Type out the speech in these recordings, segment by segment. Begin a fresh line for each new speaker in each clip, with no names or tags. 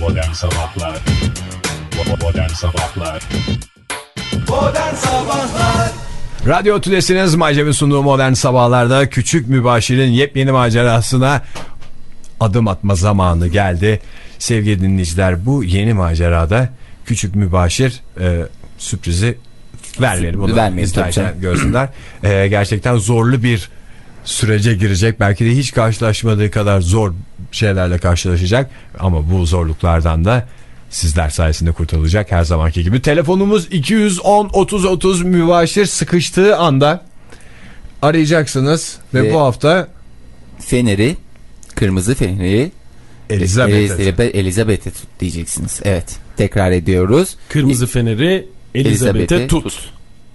Modern Sabahlar Modern Sabahlar
Radyo Tülesi'niz Maycev'in sunduğu modern sabahlarda küçük mübaşirin yepyeni macerasına adım atma zamanı geldi. Sevgili dinleyiciler bu yeni macerada küçük mübaşir e, sürprizi vermeyelim. Bunu
Vermeyelim tabii
izlerken
canım.
görsünler. E, gerçekten zorlu bir sürece girecek. Belki de hiç karşılaşmadığı kadar zor şeylerle karşılaşacak. Ama bu zorluklardan da sizler sayesinde kurtulacak her zamanki gibi. Telefonumuz 210 30 30 mübaşir sıkıştığı anda arayacaksınız ve,
Ve-
bu hafta
Feneri, kırmızı feneri e,
Elizabeth.
Elizabeth- Elizabeth'e tut diyeceksiniz. Evet. Tekrar ediyoruz.
Kırmızı feneri Elizabeth'e
Elizabeth'e
tut.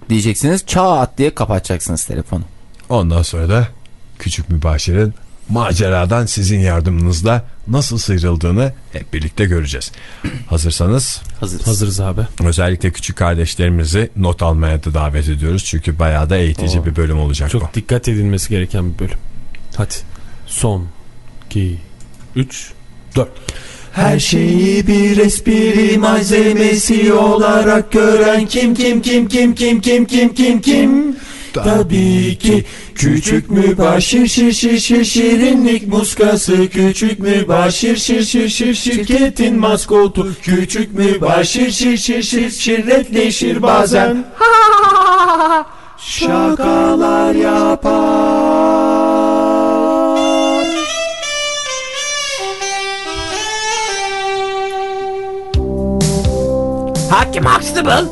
Diyeceksiniz. Çat diye kapatacaksınız telefonu.
Ondan sonra da küçük mübaşirin maceradan sizin yardımınızla nasıl sıyrıldığını hep birlikte göreceğiz. Hazırsanız
Hazırız.
Hazırız abi.
özellikle küçük kardeşlerimizi not almaya da davet ediyoruz. Çünkü bayağı da eğitici bir bölüm olacak
Çok
bu.
dikkat edilmesi gereken bir bölüm. Hadi. Son. 2 3 4
Her şeyi bir espri malzemesi olarak gören kim kim kim kim kim kim kim kim kim Tabii ki küçük mübaşir şir şir şir şirinlik muskası küçük mübaşir şir şir şir şirketin maskotu küçük mübaşir şir şir şir şirretleşir bazen şakalar yapar.
Hakim Huxtable,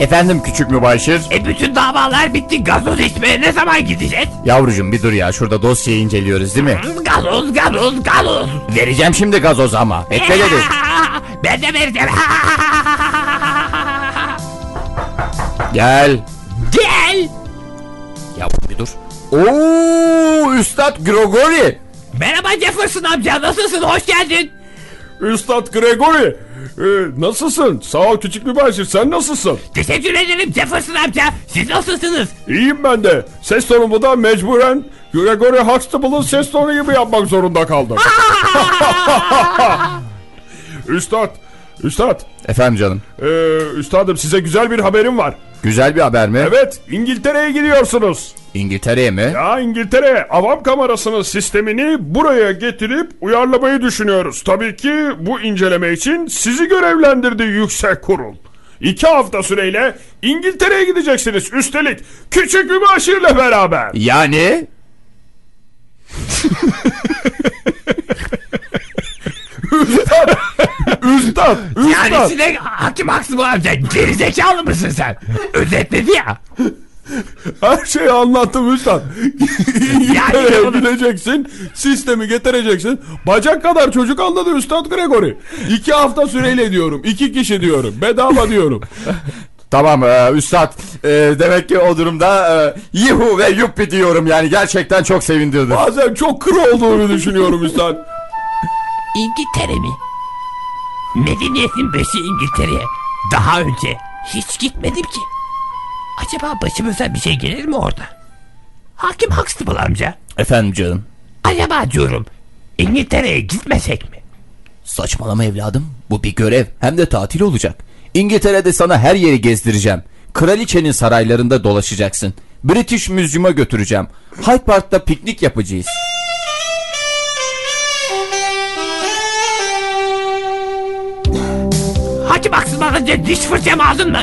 Efendim küçük mübaşir.
e bütün davalar bitti. Gazoz içmeye ne zaman gideceğiz?
Yavrucuğum bir dur ya şurada dosyayı inceliyoruz değil mi?
Hmm, Gazoz, gazoz, gazoz.
Vereceğim şimdi gazoz ama. Bekle dedi.
ben de vereceğim.
Gel.
Gel.
Yavrum bir dur. Oo, Üstad Grigori.
Merhaba Jefferson amca, nasılsın? Hoş geldin.
Üstad Gregory e, nasılsın? Sağ ol küçük mübaşir sen nasılsın?
Teşekkür ederim Jefferson amca. Siz nasılsınız?
İyiyim ben de. Ses tonumu da mecburen Gregory Huxtable'ın ses tonu gibi yapmak zorunda kaldım. üstad, üstad,
Efendim canım.
e, üstadım size güzel bir haberim var.
Güzel bir haber mi?
Evet, İngiltere'ye gidiyorsunuz.
İngiltere'ye mi?
Ya İngiltere avam kamerasının sistemini buraya getirip uyarlamayı düşünüyoruz. Tabii ki bu inceleme için sizi görevlendirdi yüksek kurul. İki hafta süreyle İngiltere'ye gideceksiniz. Üstelik küçük mübaşirle beraber.
Yani
Üstad,
Yani
üstad.
size Hakim Huxtable amca, gerizekalı mısın sen? Özetledi ya.
Her şeyi anlattım üstad.
ya
İngiltere'ye
oğlum.
gideceksin, sistemi getireceksin. Bacak kadar çocuk anladı üstad Gregory. İki hafta süreyle diyorum, iki kişi diyorum, bedava diyorum.
tamam e, üstad e, demek ki o durumda e, yuhu ve yuppi diyorum yani gerçekten çok sevindirdi.
Bazen çok kır olduğunu düşünüyorum üstad.
İngiltere mi? Medeniyetin beşi İngiltere'ye. Daha önce hiç gitmedim ki. Acaba başımıza bir şey gelir mi orada? Hakim Huxtable amca.
Efendim canım.
Acaba diyorum İngiltere'ye gitmesek mi?
Saçmalama evladım. Bu bir görev hem de tatil olacak. İngiltere'de sana her yeri gezdireceğim. Kraliçenin saraylarında dolaşacaksın. British Museum'a götüreceğim. Hyde Park'ta piknik yapacağız.
Hakim Huxtable amca diş fırçamı aldın mı?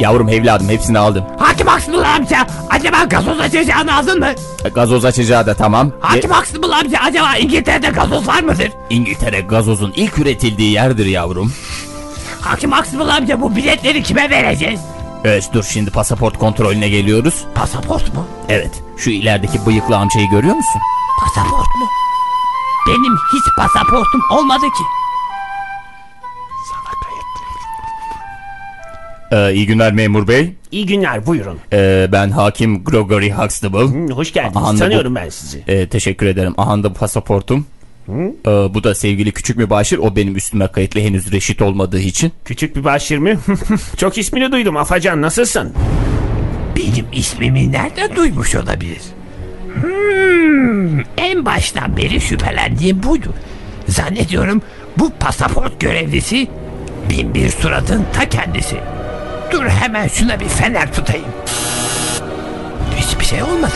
Yavrum evladım hepsini aldım.
Hakim Huxtable amca acaba gazoz açacağını aldın mı?
E, Gazoz açacağı da tamam. E,
Hakim Huxtable amca acaba İngiltere'de gazoz var mıdır?
İngiltere gazozun ilk üretildiği yerdir yavrum.
Hakim Huxtable amca bu biletleri kime vereceğiz?
Evet dur şimdi pasaport kontrolüne geliyoruz.
Pasaport mu?
Evet şu ilerideki bıyıklı amcayı görüyor musun?
Pasaport mu? Benim hiç pasaportum olmadı ki.
Ee,
iyi günler memur bey.
İyi günler buyurun.
Ee, ben hakim Gregory Huxtable.
Hı, Hoş geldiniz.
Aha, ne bu?
Tanıyorum ben sizi.
Ee, teşekkür ederim. Aha da pasaportum. Ee, bu da sevgili küçük mübaşir. O benim üstüme kayıtlı henüz reşit olmadığı için.
Küçük bir başır mı? Çok ismini duydum. Afacan nasılsın?
Benim ismimi nereden duymuş olabilir? Hmm, en baştan beri şüphelendiğim buydu. Zannediyorum Bu pasaport görevlisi bin bir suratın ta kendisi. Dur hemen şuna bir fener tutayım. Hiçbir şey olmadı.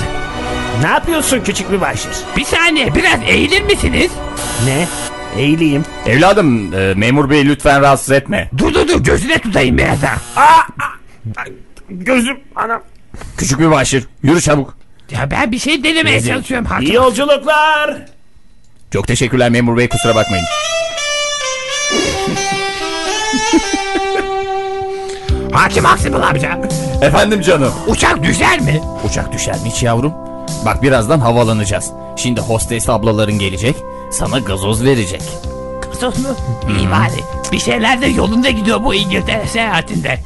Ne yapıyorsun küçük mübaşir?
Bir saniye biraz eğilir misiniz?
Ne? Eğileyim.
Evladım e, memur bey lütfen rahatsız etme.
Dur dur dur gözüne tutayım biraz daha.
Gözüm anam.
Küçük bir başır. Yürü çabuk.
Ya ben bir şey denemeye çalışıyorum Hakan.
İyi yolculuklar.
Çok teşekkürler memur bey kusura bakmayın.
Hakim haksız mı amca?
Efendim canım.
Uçak düşer mi?
Uçak düşer mi hiç yavrum? Bak birazdan havalanacağız. Şimdi hostes ablaların gelecek. Sana gazoz verecek.
Sus mu? İyi bari. Bir şeyler de yolunda gidiyor bu İngiltere seyahatinde.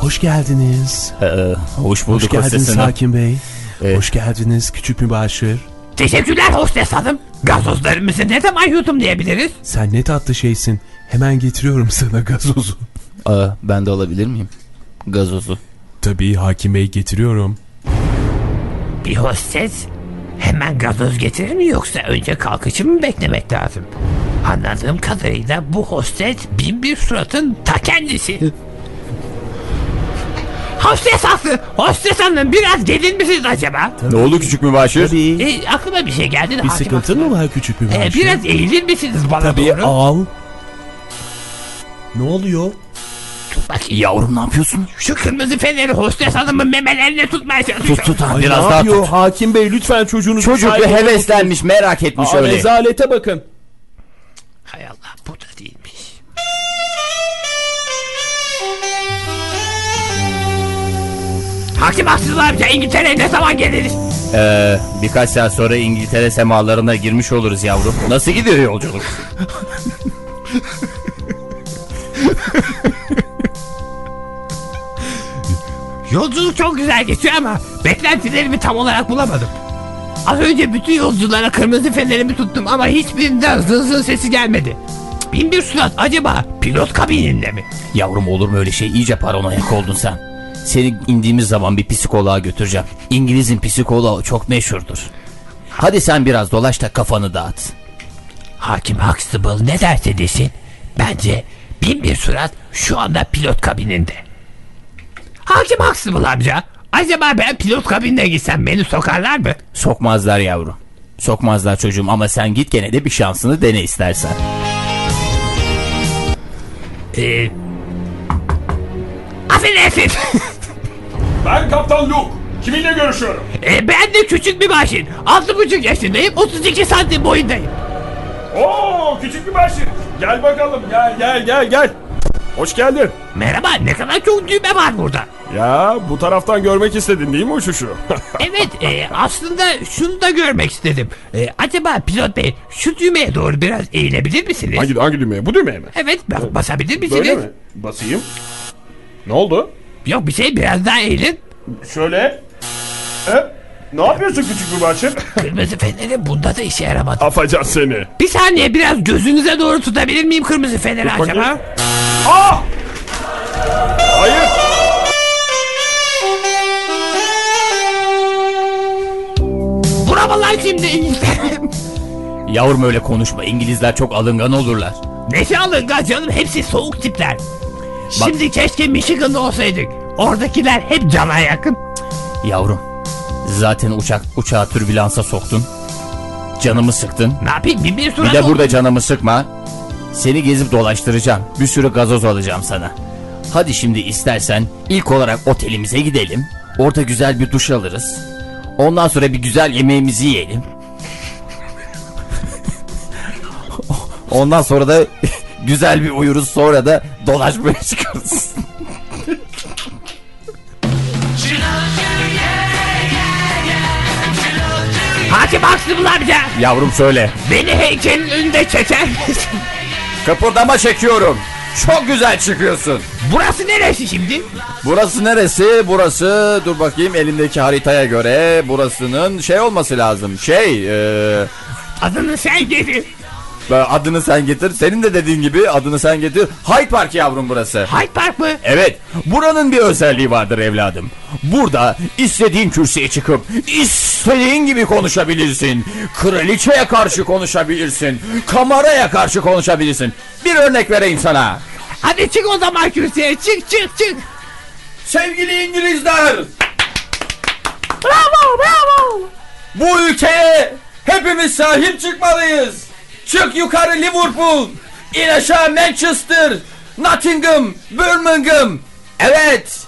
Hoş geldiniz.
Ee, hoş bulduk
Hoş geldiniz
hostesine.
Hakim Bey.
Ee,
Hoş geldiniz Küçük Mübaşir.
Teşekkürler hostes hanım. Gazozlarımızı ne zaman yudum diyebiliriz?
Sen ne tatlı şeysin. Hemen getiriyorum sana gazozu.
Aa, ben de alabilir miyim? Gazozu.
Tabii Hakim Bey getiriyorum.
Bir hostes hemen gazoz getirir mi yoksa önce kalkışı mı beklemek lazım? Anladığım kadarıyla bu hostes bin bir suratın ta kendisi. hostes aslı, hostes hanım biraz gelir misiniz acaba?
Ne oldu küçük mübaşir?
Tabii.
E, aklıma bir şey geldi de
Bir
hakim
sıkıntın
aslı.
mı var Küçük
E,
Mübaşir?
biraz eğilir misiniz bana
Tabii
doğru?
al. Ne oluyor?
Bak
Yavrum ne yapıyorsun?
şu kırmızı feneri hostes hanımın memelerine tutmaya çalışıyorum.
Tut tut ha,
Ay,
biraz
ne
daha
yapıyor
tut.
Hakim Bey lütfen çocuğunuzu
Çocuk
sakin-
heveslenmiş merak etmiş
Aa,
öyle.
Rezalete bakın.
Hay Allah bu da değilmiş. Hakim haksız amca İngiltere'ye ne zaman geliriz?
Ee, birkaç saat sonra İngiltere semalarına girmiş oluruz yavrum. Nasıl gidiyor yolculuk?
Yolculuk çok güzel geçiyor ama beklentilerimi tam olarak bulamadım. Az önce bütün yolculara kırmızı fenerimi tuttum ama hiçbirinden zın zın sesi gelmedi. Cık, Bin bir surat acaba pilot kabininde mi?
Yavrum olur mu öyle şey? İyice paranoyak oldun sen. Seni indiğimiz zaman bir psikoloğa götüreceğim. İngiliz'in psikoloğu çok meşhurdur. Hadi sen biraz dolaş da kafanı dağıt.
Hakim Huxtable ne derse desin bence bin bir surat şu anda pilot kabininde. Hakim Huxtable amca acaba ben pilot kabinine gitsem beni sokarlar mı?
Sokmazlar yavrum. Sokmazlar çocuğum ama sen git gene de bir şansını dene istersen.
Ee, affedersin
Ben Kaptan Luke. Kiminle görüşüyorum?
Ee, ben de küçük bir başın altı buçuk yaşındayım 32 santim boyundayım.
Oo küçük bir başlık. Gel bakalım gel gel gel gel. Hoş geldin.
Merhaba ne kadar çok düğme var burada.
Ya bu taraftan görmek istedin değil mi uçuşu?
Evet e, aslında şunu da görmek istedim. E, acaba pilot bey şu düğmeye doğru biraz eğilebilir misiniz?
hangi, hangi düğmeye? Bu düğmeye mi?
Evet bak basabilir misiniz?
Böyle mi? Basayım. Ne oldu?
Yok bir şey biraz daha eğilin.
Şöyle. E, ne yapıyorsun küçük bir başlık?
Kırmızı feneri bunda da işe yaramadı.
Afacan seni.
Bir saniye biraz gözünüze doğru tutabilir miyim kırmızı feneri
bakayım.
acaba?
Ah! Hayır.
Buralar şimdi İngiltere.
Yavrum öyle konuşma. İngilizler çok alıngan olurlar.
Neyse alıngan canım hepsi soğuk tipler. Şimdi keşke Michigan'da olsaydık. Oradakiler hep cana yakın.
Yavrum zaten uçak uçağı türbülansa soktun. Canımı sıktın.
Ne yapayım bin bir
Bir
surat
de
oldu.
burada canımı sıkma. Seni gezip dolaştıracağım. Bir sürü gazoz alacağım sana. Hadi şimdi istersen ilk olarak otelimize gidelim. Orada güzel bir duş alırız. Ondan sonra bir güzel yemeğimizi yiyelim. Ondan sonra da güzel bir uyuruz. Sonra da dolaşmaya çıkarız.
Hakim Huxtable amca
Yavrum söyle.
beni heykelin önünde çeker misin?
Kıpırdama çekiyorum. Çok güzel çıkıyorsun.
Burası neresi şimdi?
Burası neresi? Burası dur bakayım elimdeki haritaya göre burasının şey olması lazım. Şey e,
Adını sen dedi.
Ben adını sen getir. Senin de dediğin gibi adını sen getir. Hyde Park yavrum burası.
Hyde Park mı?
Evet, buranın bir özelliği vardır evladım. Burada istediğin kürsüye çıkıp istediğin gibi konuşabilirsin. Kraliçeye karşı konuşabilirsin. Kameraya karşı konuşabilirsin. Bir örnek vereyim sana.
Hadi çık o zaman kürsüye çık çık çık.
Sevgili İngilizler,
Bravo bravo.
bu ülkeye hepimiz sahip çıkmalıyız. Çık yukarı Liverpool, in aşağı Manchester, Nottingham, Birmingham. Evet,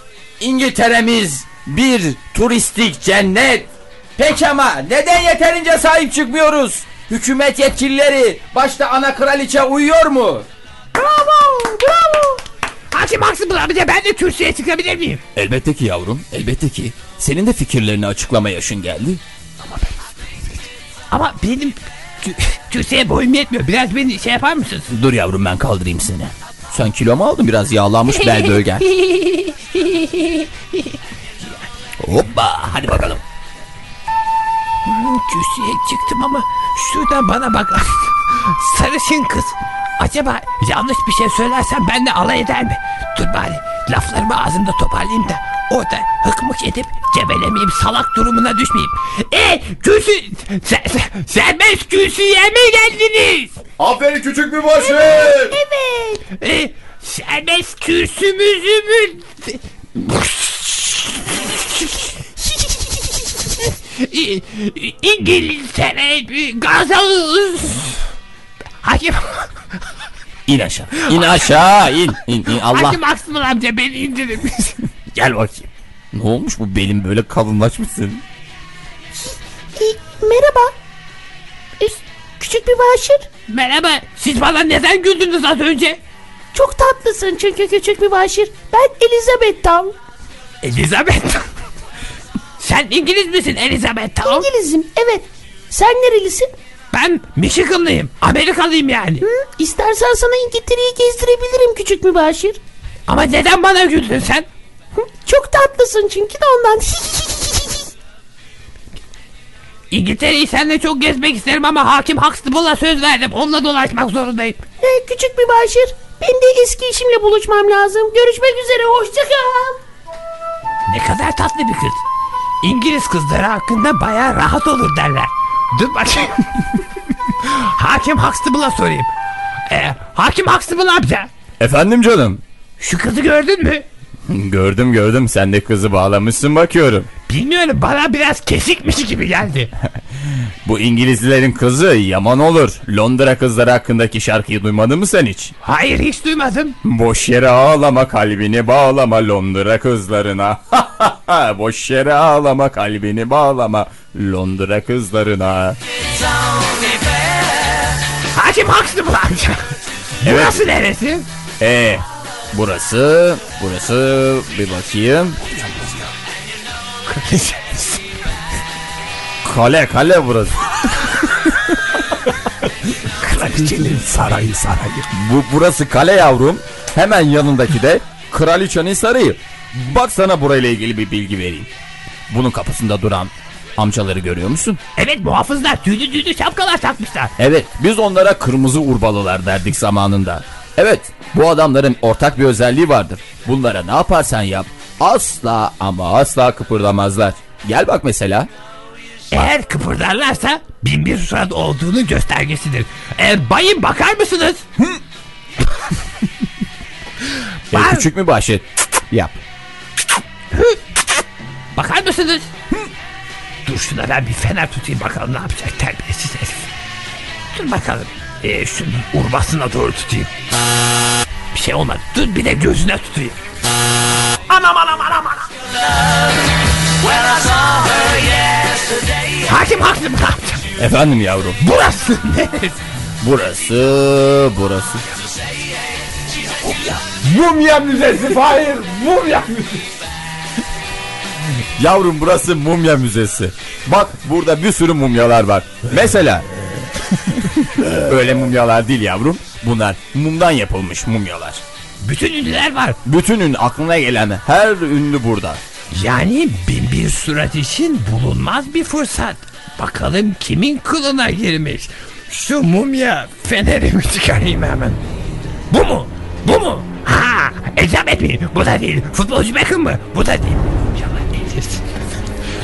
İngiltere'miz bir turistik cennet. Peki ama neden yeterince sahip çıkmıyoruz? Hükümet yetkilileri başta ana kraliçe uyuyor mu?
Bravo bravo. Hakim haksız mı? Bir de ben de kürsüye çıkabilir miyim?
Elbette ki yavrum, elbette ki. Senin de fikirlerini açıklama yaşın geldi.
Ama benim kü- kürsüye boyum yetmiyor. Biraz beni şey yapar mısınız?
Dur yavrum ben kaldırayım seni. Sen kilo mu aldın biraz yağlanmış bel bölgen. Hoppa hadi bakalım.
Hmm, Kürsüye çıktım ama şuradan bana bak. Sarışın kız. Acaba yanlış bir şey söylersem benle alay eder mi? Dur bari laflarımı ağzımda toparlayayım da orada hıkmık edip gebelemeyeyim salak durumuna düşmeyeyim. E kürsü se, se, serbest kürsüye mi geldiniz?
Aferin küçük bir başı.
E, serbest kürsümüzü mü? İ- İngiltere bir gazoz. Hakim,
İn aşağı. İn aşağı in. in, in. Allah.
hakim Aksımın amca beni indirin.
Gel bakayım. Ne olmuş bu belin böyle kalınlaşmışsın?
Merhaba. Üst- Küçük bir başır.
Merhaba, siz bana neden güldünüz az önce?
Çok tatlısın çünkü küçük bir başır. Ben Elizabeth Town.
Elizabeth. Sen İngiliz misin Elizabeth? Tamam.
İngilizim evet. Sen nerelisin?
Ben Michiganlıyım. Amerikalıyım yani.
Hı? İstersen sana İngiltere'yi gezdirebilirim küçük mübaşir.
Ama neden bana güldün sen?
Hı? Çok tatlısın çünkü de ondan.
İngiltere'yi seninle çok gezmek isterim ama hakim Huxtable'a söz verdim. Onunla dolaşmak zorundayım.
Ee, küçük mübaşir. Ben de eski işimle buluşmam lazım. Görüşmek üzere hoşçakal.
Ne kadar tatlı bir kız. İngiliz kızları hakkında bayağı rahat olur derler. Dur bakayım. hakim Huxtable'a sorayım. Ee, hakim Huxtable amca.
Efendim canım.
Şu kızı gördün mü?
Gördüm gördüm sen de kızı bağlamışsın bakıyorum.
Bilmiyorum bana biraz kesikmiş gibi geldi.
Bu İngilizlerin kızı yaman olur. Londra kızları hakkındaki şarkıyı duymadın mı sen hiç?
Hayır hiç duymadım.
Boş yere ağlama kalbini bağlama Londra kızlarına. Boş yere ağlama kalbini bağlama Londra kızlarına.
Hakim Huxtable amca. Burası neresi?
E burası burası bir bakayım. kale kale burası.
Kraliçenin sarayı sarayı.
Bu burası kale yavrum. Hemen yanındaki de Kraliçenin Sarayı. Bak sana burayla ilgili bir bilgi vereyim. Bunun kapısında duran amcaları görüyor musun?
Evet muhafızlar tüylü tüylü şapkalar takmışlar.
Evet, biz onlara kırmızı urbalılar derdik zamanında. Evet, bu adamların ortak bir özelliği vardır. Bunlara ne yaparsan yap, asla ama asla kıpırdamazlar. Gel bak mesela.
Eğer kıpırdarlarsa bin bir surat olduğunu göstergesidir. Eğer bayım bakar mısınız?
E,
Var.
küçük mü bahşet? Yap.
Bakar mısınız? Dur şuna ben bir fener tutayım bakalım ne yapacak terbiyesiz herif. Dur bakalım. Ee, şunun urbasına doğru tutayım. Bir şey olmadı. Dur bir de gözüne tutayım. Anam anam anam anam. Hakim haklı mı ne yapacağım?
Efendim yavrum.
Burası neresi?
Burası, burası.
Mumya Müzesi Fahir. Mumya Müzesi.
Yavrum burası mumya müzesi. Bak burada bir sürü mumyalar var. Mesela öyle mumyalar değil yavrum. Bunlar mumdan yapılmış mumyalar.
Bütün ünlüler var.
Bütün ün aklına gelen her ünlü burada.
Yani bin bir surat için bulunmaz bir fırsat. Bakalım kimin kılına girmiş. Şu mumya fenerimi çıkarayım hemen. Bu mu? Bu mu? Ha, Ecamet mi? Bu da değil. Futbolcu Beckham mı? Bu da değil. Yalan değildir.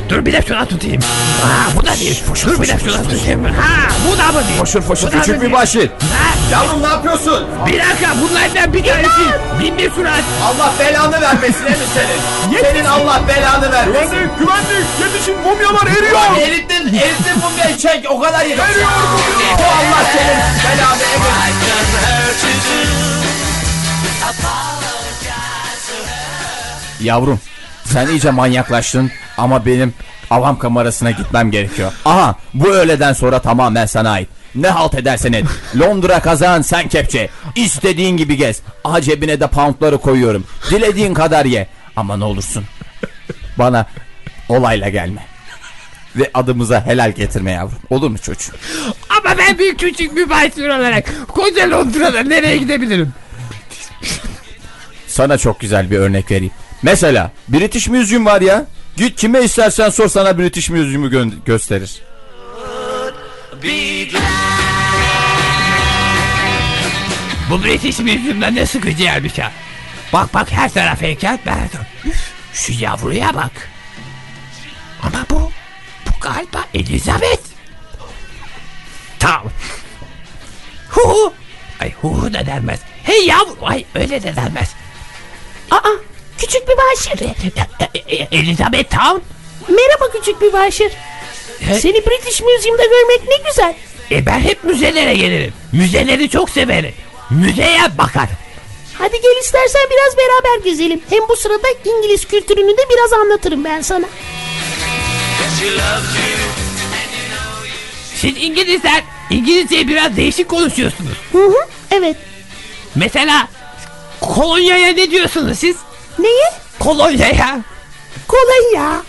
Dur bir de şuna tutayım. Ha, bu da değil. Dur bir de şuna tutayım. Ha, bu da mı değil? Foşur foşur küçük bir
Başır.
Ha,
Yavrum ne yapıyorsun?
bir dakika bunlardan bir tanesi. Bin bir surat.
Allah belanı vermesin Emir senin. Senin Allah belanı vermesin.
Güvenlik güvenlik yetişin mumyalar eriyor.
Erittin, erittin mumyayı çek o kadar yeter. Bu Allah senin belanı Emir. Yavrum sen iyice manyaklaştın ama benim avam kamerasına gitmem gerekiyor. Aha bu öğleden sonra tamamen sana ait. Ne halt edersen et. Londra kazan sen kepçe. İstediğin gibi gez. Aha cebine de poundları koyuyorum. Dilediğin kadar ye. Ama ne olursun. Bana olayla gelme. Ve adımıza helal getirme yavrum. Olur mu çocuğum?
Ama ben bir küçük mübaşir olarak koca Londra'da nereye gidebilirim?
Sana çok güzel bir örnek vereyim. Mesela British Museum var ya. Git kime istersen sor sana British Museum'u gö- gösterir.
Bu British Museum'da ne sıkıcı yermiş ha. Bak bak her taraf heykel Berton. Şu yavruya bak. Ama bu, bu galiba Elizabeth. Tamam. Hu hu. Ay hu hu da denmez. Hey yavru, ay öyle de denmez.
Aa küçük bir başır.
E- e- Elizabeth Town.
Merhaba küçük bir başır.
He?
Seni British Museum'da görmek ne güzel.
E ben hep müzelere gelirim. Müzeleri çok severim. Müzeye bakar.
Hadi gel istersen biraz beraber gezelim. Hem bu sırada İngiliz kültürünü de biraz anlatırım ben sana.
Siz İngilizler İngilizceyi biraz değişik konuşuyorsunuz.
Hı hı evet.
Mesela kolonyaya ne diyorsunuz siz?
Neye?
Kolonyaya.
Kolay ya.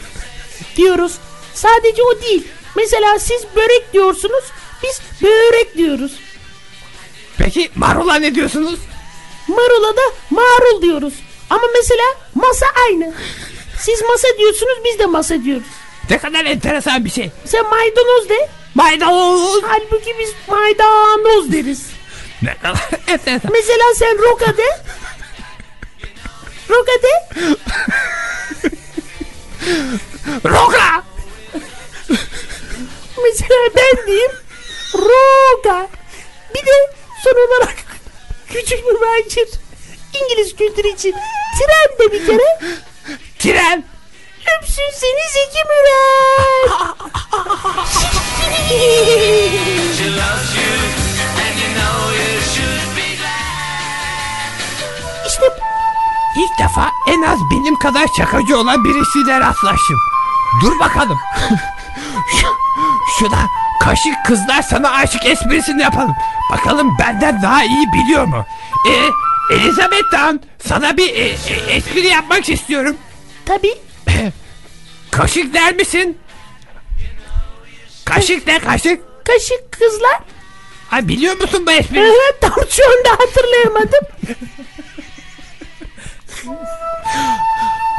Diyoruz. Sadece o değil. Mesela siz börek diyorsunuz. Biz börek diyoruz.
Peki marula ne diyorsunuz?
Marula da marul diyoruz. Ama mesela masa aynı. Siz masa diyorsunuz biz de masa diyoruz.
Ne kadar enteresan bir şey.
Sen maydanoz de.
Maydanoz.
Halbuki biz maydanoz deriz.
Ne kadar enteresan.
Mesela sen roka de. Roka de.
Roka.
Mesela ben diyeyim. Roka. Bir de son olarak küçük bir bence İngiliz kültürü için tren de bir kere
Tren.
öpsün seni Zeki Müren. işte
İlk defa en az benim kadar şakacı olan birisiyle rastlaştım. Dur bakalım. şu, şu da kaşık kızlar sana aşık esprisini yapalım. Bakalım benden daha iyi biliyor mu? Ee, Elizabeth Town sana bir e, e, espri yapmak istiyorum.
tabii
Kaşık der misin? Kaşık ne kaşık?
kaşık kızlar.
Ha biliyor musun bu espriyi?
Evet, Tam şu anda hatırlayamadım.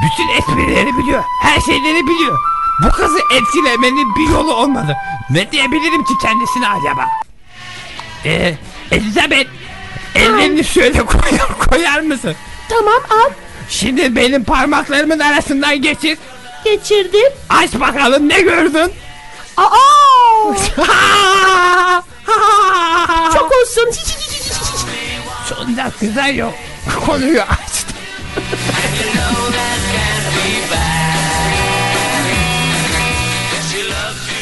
Bütün esprileri biliyor. Her şeyleri biliyor. Bu kızı etkilemenin bir yolu olmadı. Ne diyebilirim ki kendisine acaba? Ee, Elizabeth ellerini şöyle koyar, koyar mısın?
Tamam al.
Şimdi benim parmaklarımın arasından geçir.
Geçirdim.
Aç bakalım ne gördün?
Aa!
Çok
Çok olsun.
son dakikada yok. Konuyu açtı.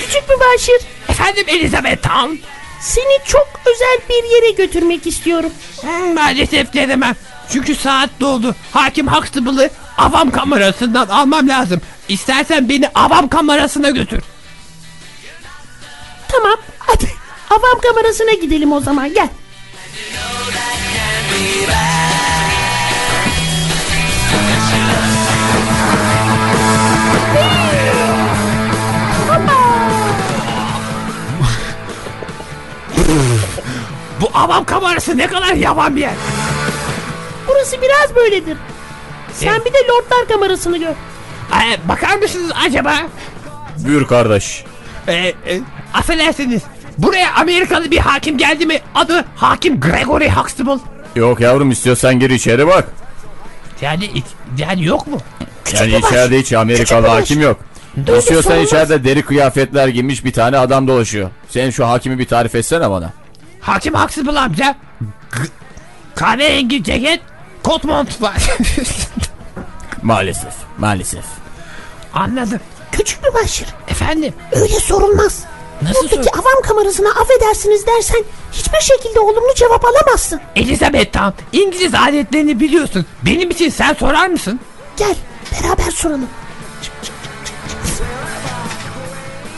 Küçük mübaşir.
Efendim Elizabeth Town.
Seni çok özel bir yere götürmek istiyorum.
Hmm, Maalesef gelemem. Çünkü saat doldu. Hakim Huxtable'ı avam kamerasından almam lazım. İstersen beni avam kamerasına götür.
Tamam. Hadi. Avam kamerasına gidelim o zaman. Gel.
Bu avam kamerası ne kadar yavan bir yer.
Burası biraz böyledir. Sen bir de lordlar kamerasını gör.
Ee, bakar mısınız acaba?
Buyur kardeş.
Ee, e, affedersiniz. Buraya Amerikalı bir hakim geldi mi? Adı Hakim Gregory Huxtable.
Yok yavrum istiyorsan gir içeri bak.
Yani iç- yani yok mu?
Yani içeride hiç Amerikalı hakim yok. İstiyorsan
sorulmaz.
içeride deri kıyafetler giymiş bir tane adam dolaşıyor. Sen şu hakimi bir tarif etsene bana.
Hakim Huxtable amca. G- Kahverengi ceket, kot mont var.
Maalesef, maalesef.
Anladım.
Küçük mü başır?
Efendim
Öyle sorulmaz.
nasıl sor?
Buradaki avam kamerasına affedersiniz dersen hiçbir şekilde olumlu cevap alamazsın.
Elizabeth Town İngiliz adetlerini biliyorsun. Benim için sen sorar mısın?
Gel beraber soralım.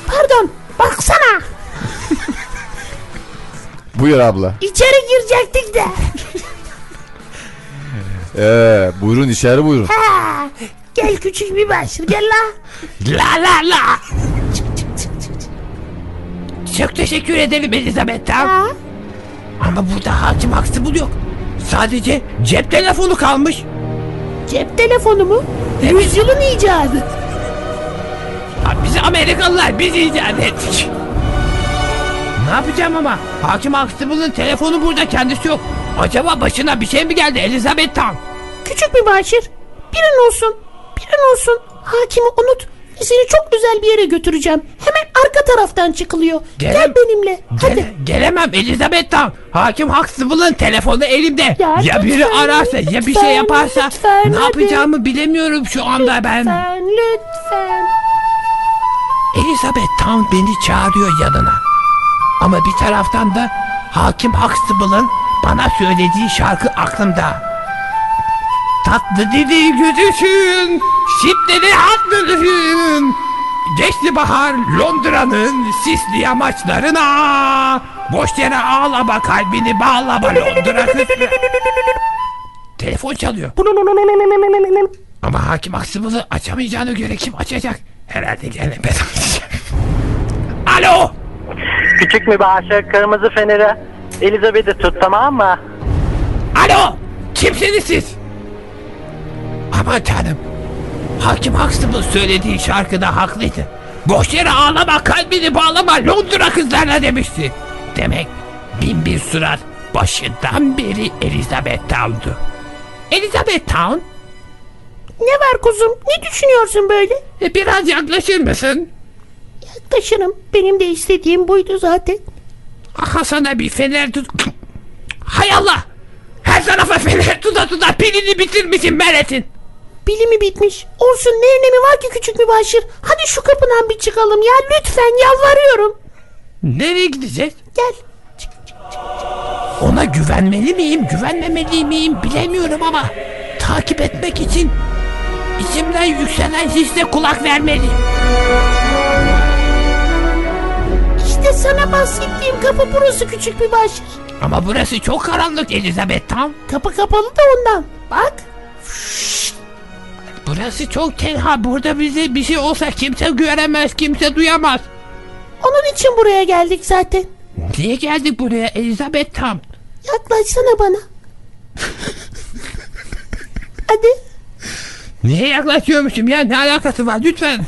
Pardon baksana
Buyur abla.
içeri girecektik de.
Ee, buyurun içeri buyurun.
Ha, gel küçük bir başır gel la.
La la la. Çok teşekkür ederim Elizabeth Town. Ama burada hakim Huxtable yok. Sadece cep telefonu kalmış.
Cep telefonu mu? Yüzyılın icadı.
Ya Biz Amerikalılar biz icat ettik. Ne yapacağım ama? Hakim Huxtable'ın telefonu burada kendisi yok. Acaba başına bir şey mi geldi Elizabeth Town?
Küçük bir başır bir an olsun bir an olsun hakimi unut. Seni çok güzel bir yere götüreceğim. Hemen arka taraftan çıkılıyor. Gel,
Gelem-
benimle. Hadi.
Gele- gelemem Elizabeth Town. Hakim Huxtable'ın telefonu elimde.
Ya
Ya, biri
lütfen,
ararsa ya bir
lütfen,
şey yaparsa
lütfen,
ne
hadi.
yapacağımı bilemiyorum şu anda ben.
Lütfen lütfen.
Elizabeth Town beni çağırıyor yanına. Ama bir taraftan da Hakim Huxtable'ın bana söylediği şarkı aklımda. Tatlı dili gözüşün, şipleri hatlı düşün. Geçti bahar Londra'nın sisli yamaçlarına. Boş yere ağlama kalbini bağlama Londra kızı. Telefon çalıyor. Ama hakim Huxtable'ı açamayacağına göre kim açacak? Herhalde gene ben açacağım. Alo!
Küçük mübaşır kırmızı feneri Elizabeth'i tut tamam mı?
Alo! Kimsiniz siz? Aman tanrım. Hakim Huxtable söylediği şarkıda haklıydı. Boş yere ağlama kalbini bağlama Londra kızlarına demişti. Demek bin bir surat başından beri Elizabeth Town'du. Elizabeth Town
Ne var kuzum? Ne düşünüyorsun böyle?
e, biraz yaklaşır mısın?
Taşınım. Benim de istediğim buydu zaten.
Aha sana bir fener tut... Hay Allah! Her tarafa fener tuta tuta pilini bitirmişim Meret'in.
Bilimi bitmiş. Olsun ne önemi var ki küçük mübaşir? Hadi şu kapıdan bir çıkalım ya lütfen yalvarıyorum.
Nereye gideceğiz?
Gel.
Ona güvenmeli miyim, güvenmemeli miyim bilemiyorum ama takip etmek için içimden yükselen hisle kulak vermeliyim.
İşte sana bahsettiğim kapı burası küçük mübaşir.
Ama burası çok karanlık Elizabeth tam.
Kapı kapalı da ondan. Bak.
Burası çok tenha. Burada bize bir şey olsa kimse göremez, kimse duyamaz.
Onun için buraya geldik zaten.
Niye geldik buraya Elizabeth tam?
Yaklaşsana bana. Hadi.
Niye yaklaşıyormuşum ya? Ne alakası var? Lütfen.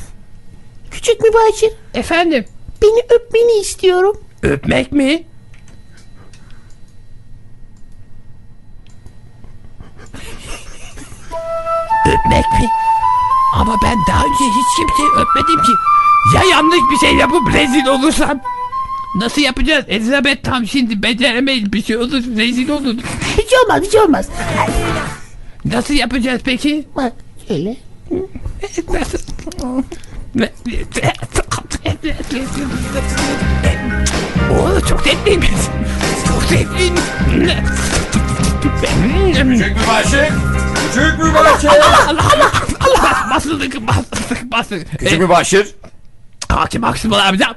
Küçük mübaşir.
Efendim.
Beni öpmeni istiyorum.
Öpmek mi? Öpmek mi? Ama ben daha önce hiç kimseyi öpmedim ki. Ya yanlış bir şey yapıp rezil olursam? Nasıl yapacağız? Elizabeth tam şimdi beceremeyiz. Bir şey olur rezil olur.
Hiç olmaz hiç olmaz.
Nasıl yapacağız peki?
Bak şöyle.
Nasıl? Oo, çok tatlıymış. Çok tatlıymış.
Mübaşir.
Küçük mübaşır.
Allah Allah Allah basıldık basıldık basıldık.
Küçük
E,
Mübaşir.
hakim Huxtable amcam.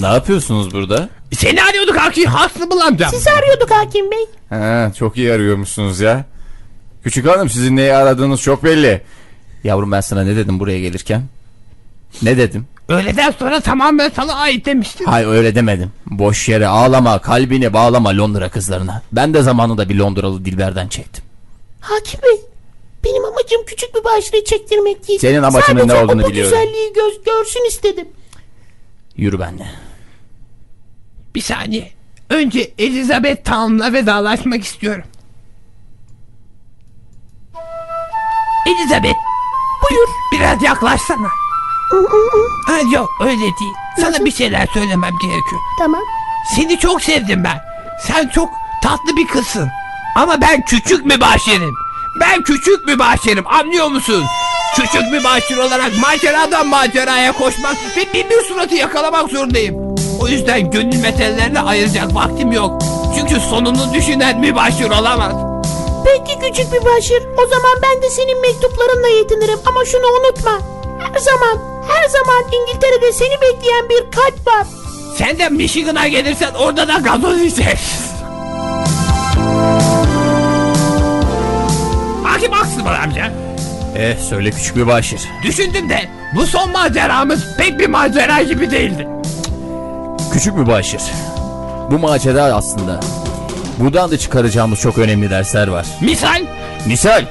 Ne yapıyorsunuz burada?
Seni arıyorduk hakim Huxtable amcam.
Sizi arıyorduk hakim bey.
He, çok iyi arıyormuşsunuz ya. Küçük hanım sizin neyi aradığınız çok belli. Yavrum ben sana ne dedim buraya gelirken? Ne dedim?
Öğleden sonra tamamen sana ait demiştim.
Hayır öyle demedim. Boş yere ağlama, kalbini bağlama Londra kızlarına. Ben de zamanında bir Londralı Dilber'den çektim.
Hakim Bey, benim amacım küçük bir bağışları çektirmek değil.
Senin amacının ne
Sadece
olduğunu
o bu
biliyorum.
güzelliği göz, görsün istedim.
Yürü benle.
Bir saniye. Önce Elizabeth Town'la vedalaşmak istiyorum. Elizabeth. Buyur. Biraz yaklaşsana. ha, yok öyle değil. Sana bir şeyler söylemem gerekiyor.
Tamam.
Seni çok sevdim ben. Sen çok tatlı bir kızsın. Ama ben küçük mübaşirim. Ben küçük mübaşirim anlıyor musun? Küçük mübaşir olarak maceradan maceraya koşmak ve bin bir suratı yakalamak zorundayım. O yüzden gönül meselelerine ayıracak vaktim yok. Çünkü sonunu düşünen mübaşir olamaz.
Peki küçük bir başır. O zaman ben de senin mektuplarınla yetinirim. Ama şunu unutma. Her zaman, her zaman İngiltere'de seni bekleyen bir kalp var.
Sen de Michigan'a gelirsen orada da gazoz içeriz. Hakim haksız mı amca?
Eh söyle küçük bir başır.
Düşündüm de bu son maceramız pek bir macera gibi değildi.
Küçük mübaşir. Bu macera aslında. Buradan da çıkaracağımız çok önemli dersler var.
Misal?
Misal.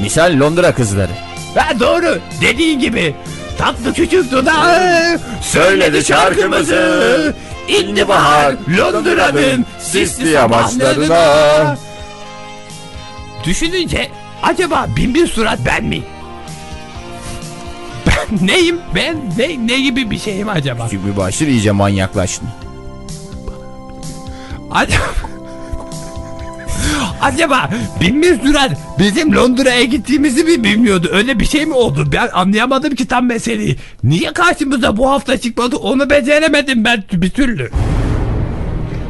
Misal Londra kızları.
Ha doğru dediğin gibi tatlı küçük dudağı söyledi şarkımızı. İndi bahar Londra'nın sisli sabahlarına. Düşününce acaba bin bir surat ben miyim? Ben neyim ben ne, ne gibi bir şeyim acaba?
Küçük bir başır iyice manyaklaştın.
Acaba... Acaba Binbir Sürer bizim Londra'ya gittiğimizi mi bilmiyordu? Öyle bir şey mi oldu? Ben anlayamadım ki tam meseleyi. Niye karşımıza bu hafta çıkmadı onu beceremedim ben bir türlü.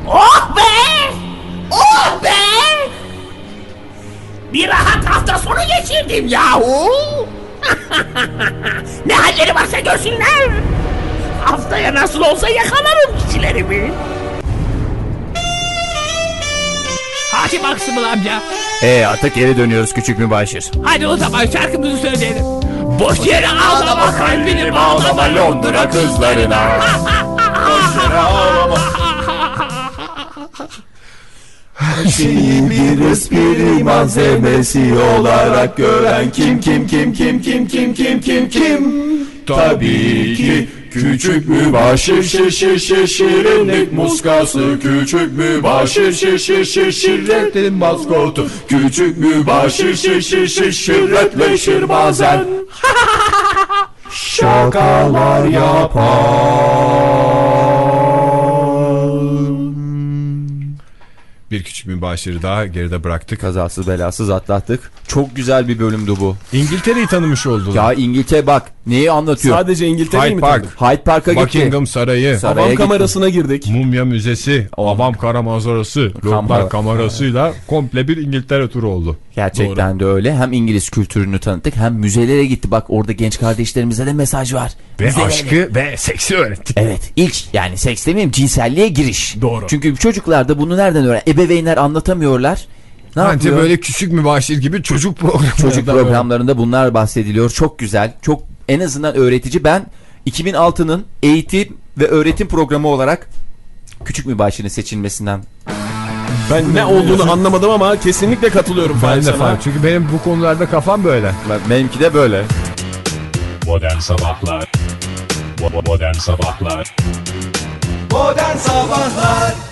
Oh be! Oh be!
Bir rahat hafta sonu geçirdim yahu.
Ne halleri varsa görsünler. Haftaya nasıl olsa yakalarım kişilerimi.
Hakim Aksımıl amca.
E artık geri dönüyoruz küçük mübaşir.
Hadi o zaman şarkımızı söyleyelim. Boş yere ağlama kalbini bağlama Londra kızlarına. Boş yere ağlama.
Her şeyi bir espri malzemesi olarak gören kim kim kim kim kim kim kim kim kim Tabii ki küçük mübaşir şir şir şir şirinlik muskası Küçük mübaşir şir şir şir şirretin maskotu Küçük mübaşir şir şir şir şirretleşir bazen Şakalar yapar
Bir küçük mübaşiri daha geride bıraktık.
Kazasız belasız atlattık. Çok güzel bir bölümdü bu.
İngiltere'yi tanımış oldun.
Ya İngiltere bak neyi anlatıyor?
Sadece İngiltere'yi
Hyde
mi
Park.
tanıdık?
Hyde Park'a gitti.
Buckingham Sarayı,
Saraya
Havam
gittim.
kamerasına girdik.
Mumya Müzesi, Avam Kara Manzarası,
Kamera.
Lordlar Kamerasıyla komple bir İngiltere turu oldu.
Gerçekten de öyle. Hem İngiliz kültürünü tanıttık hem müzelere gitti. Bak orada genç kardeşlerimize de mesaj var.
Ve
Müzelere-
aşkı ve seksi öğrettik.
Evet ilk yani seks demeyeyim cinselliğe giriş.
Doğru.
Çünkü çocuklar da bunu nereden öğren? Ebeveynler anlatamıyorlar. Ne
Bence
yapıyor?
böyle küçük mübaşir gibi çocuk programı.
Çocuk programlarında bunlar bahsediliyor. Çok güzel. Çok en azından öğretici. Ben 2006'nın eğitim ve öğretim programı olarak küçük mübaşirin seçilmesinden
Ben ne olduğunu anlamadım ama kesinlikle katılıyorum.
Ben
Fahir
de
sana.
falan. Çünkü benim bu konularda kafam böyle.
benimki de böyle.
Modern Sabahlar Bo- bo- Modern Sabahlar
Modern Sabahlar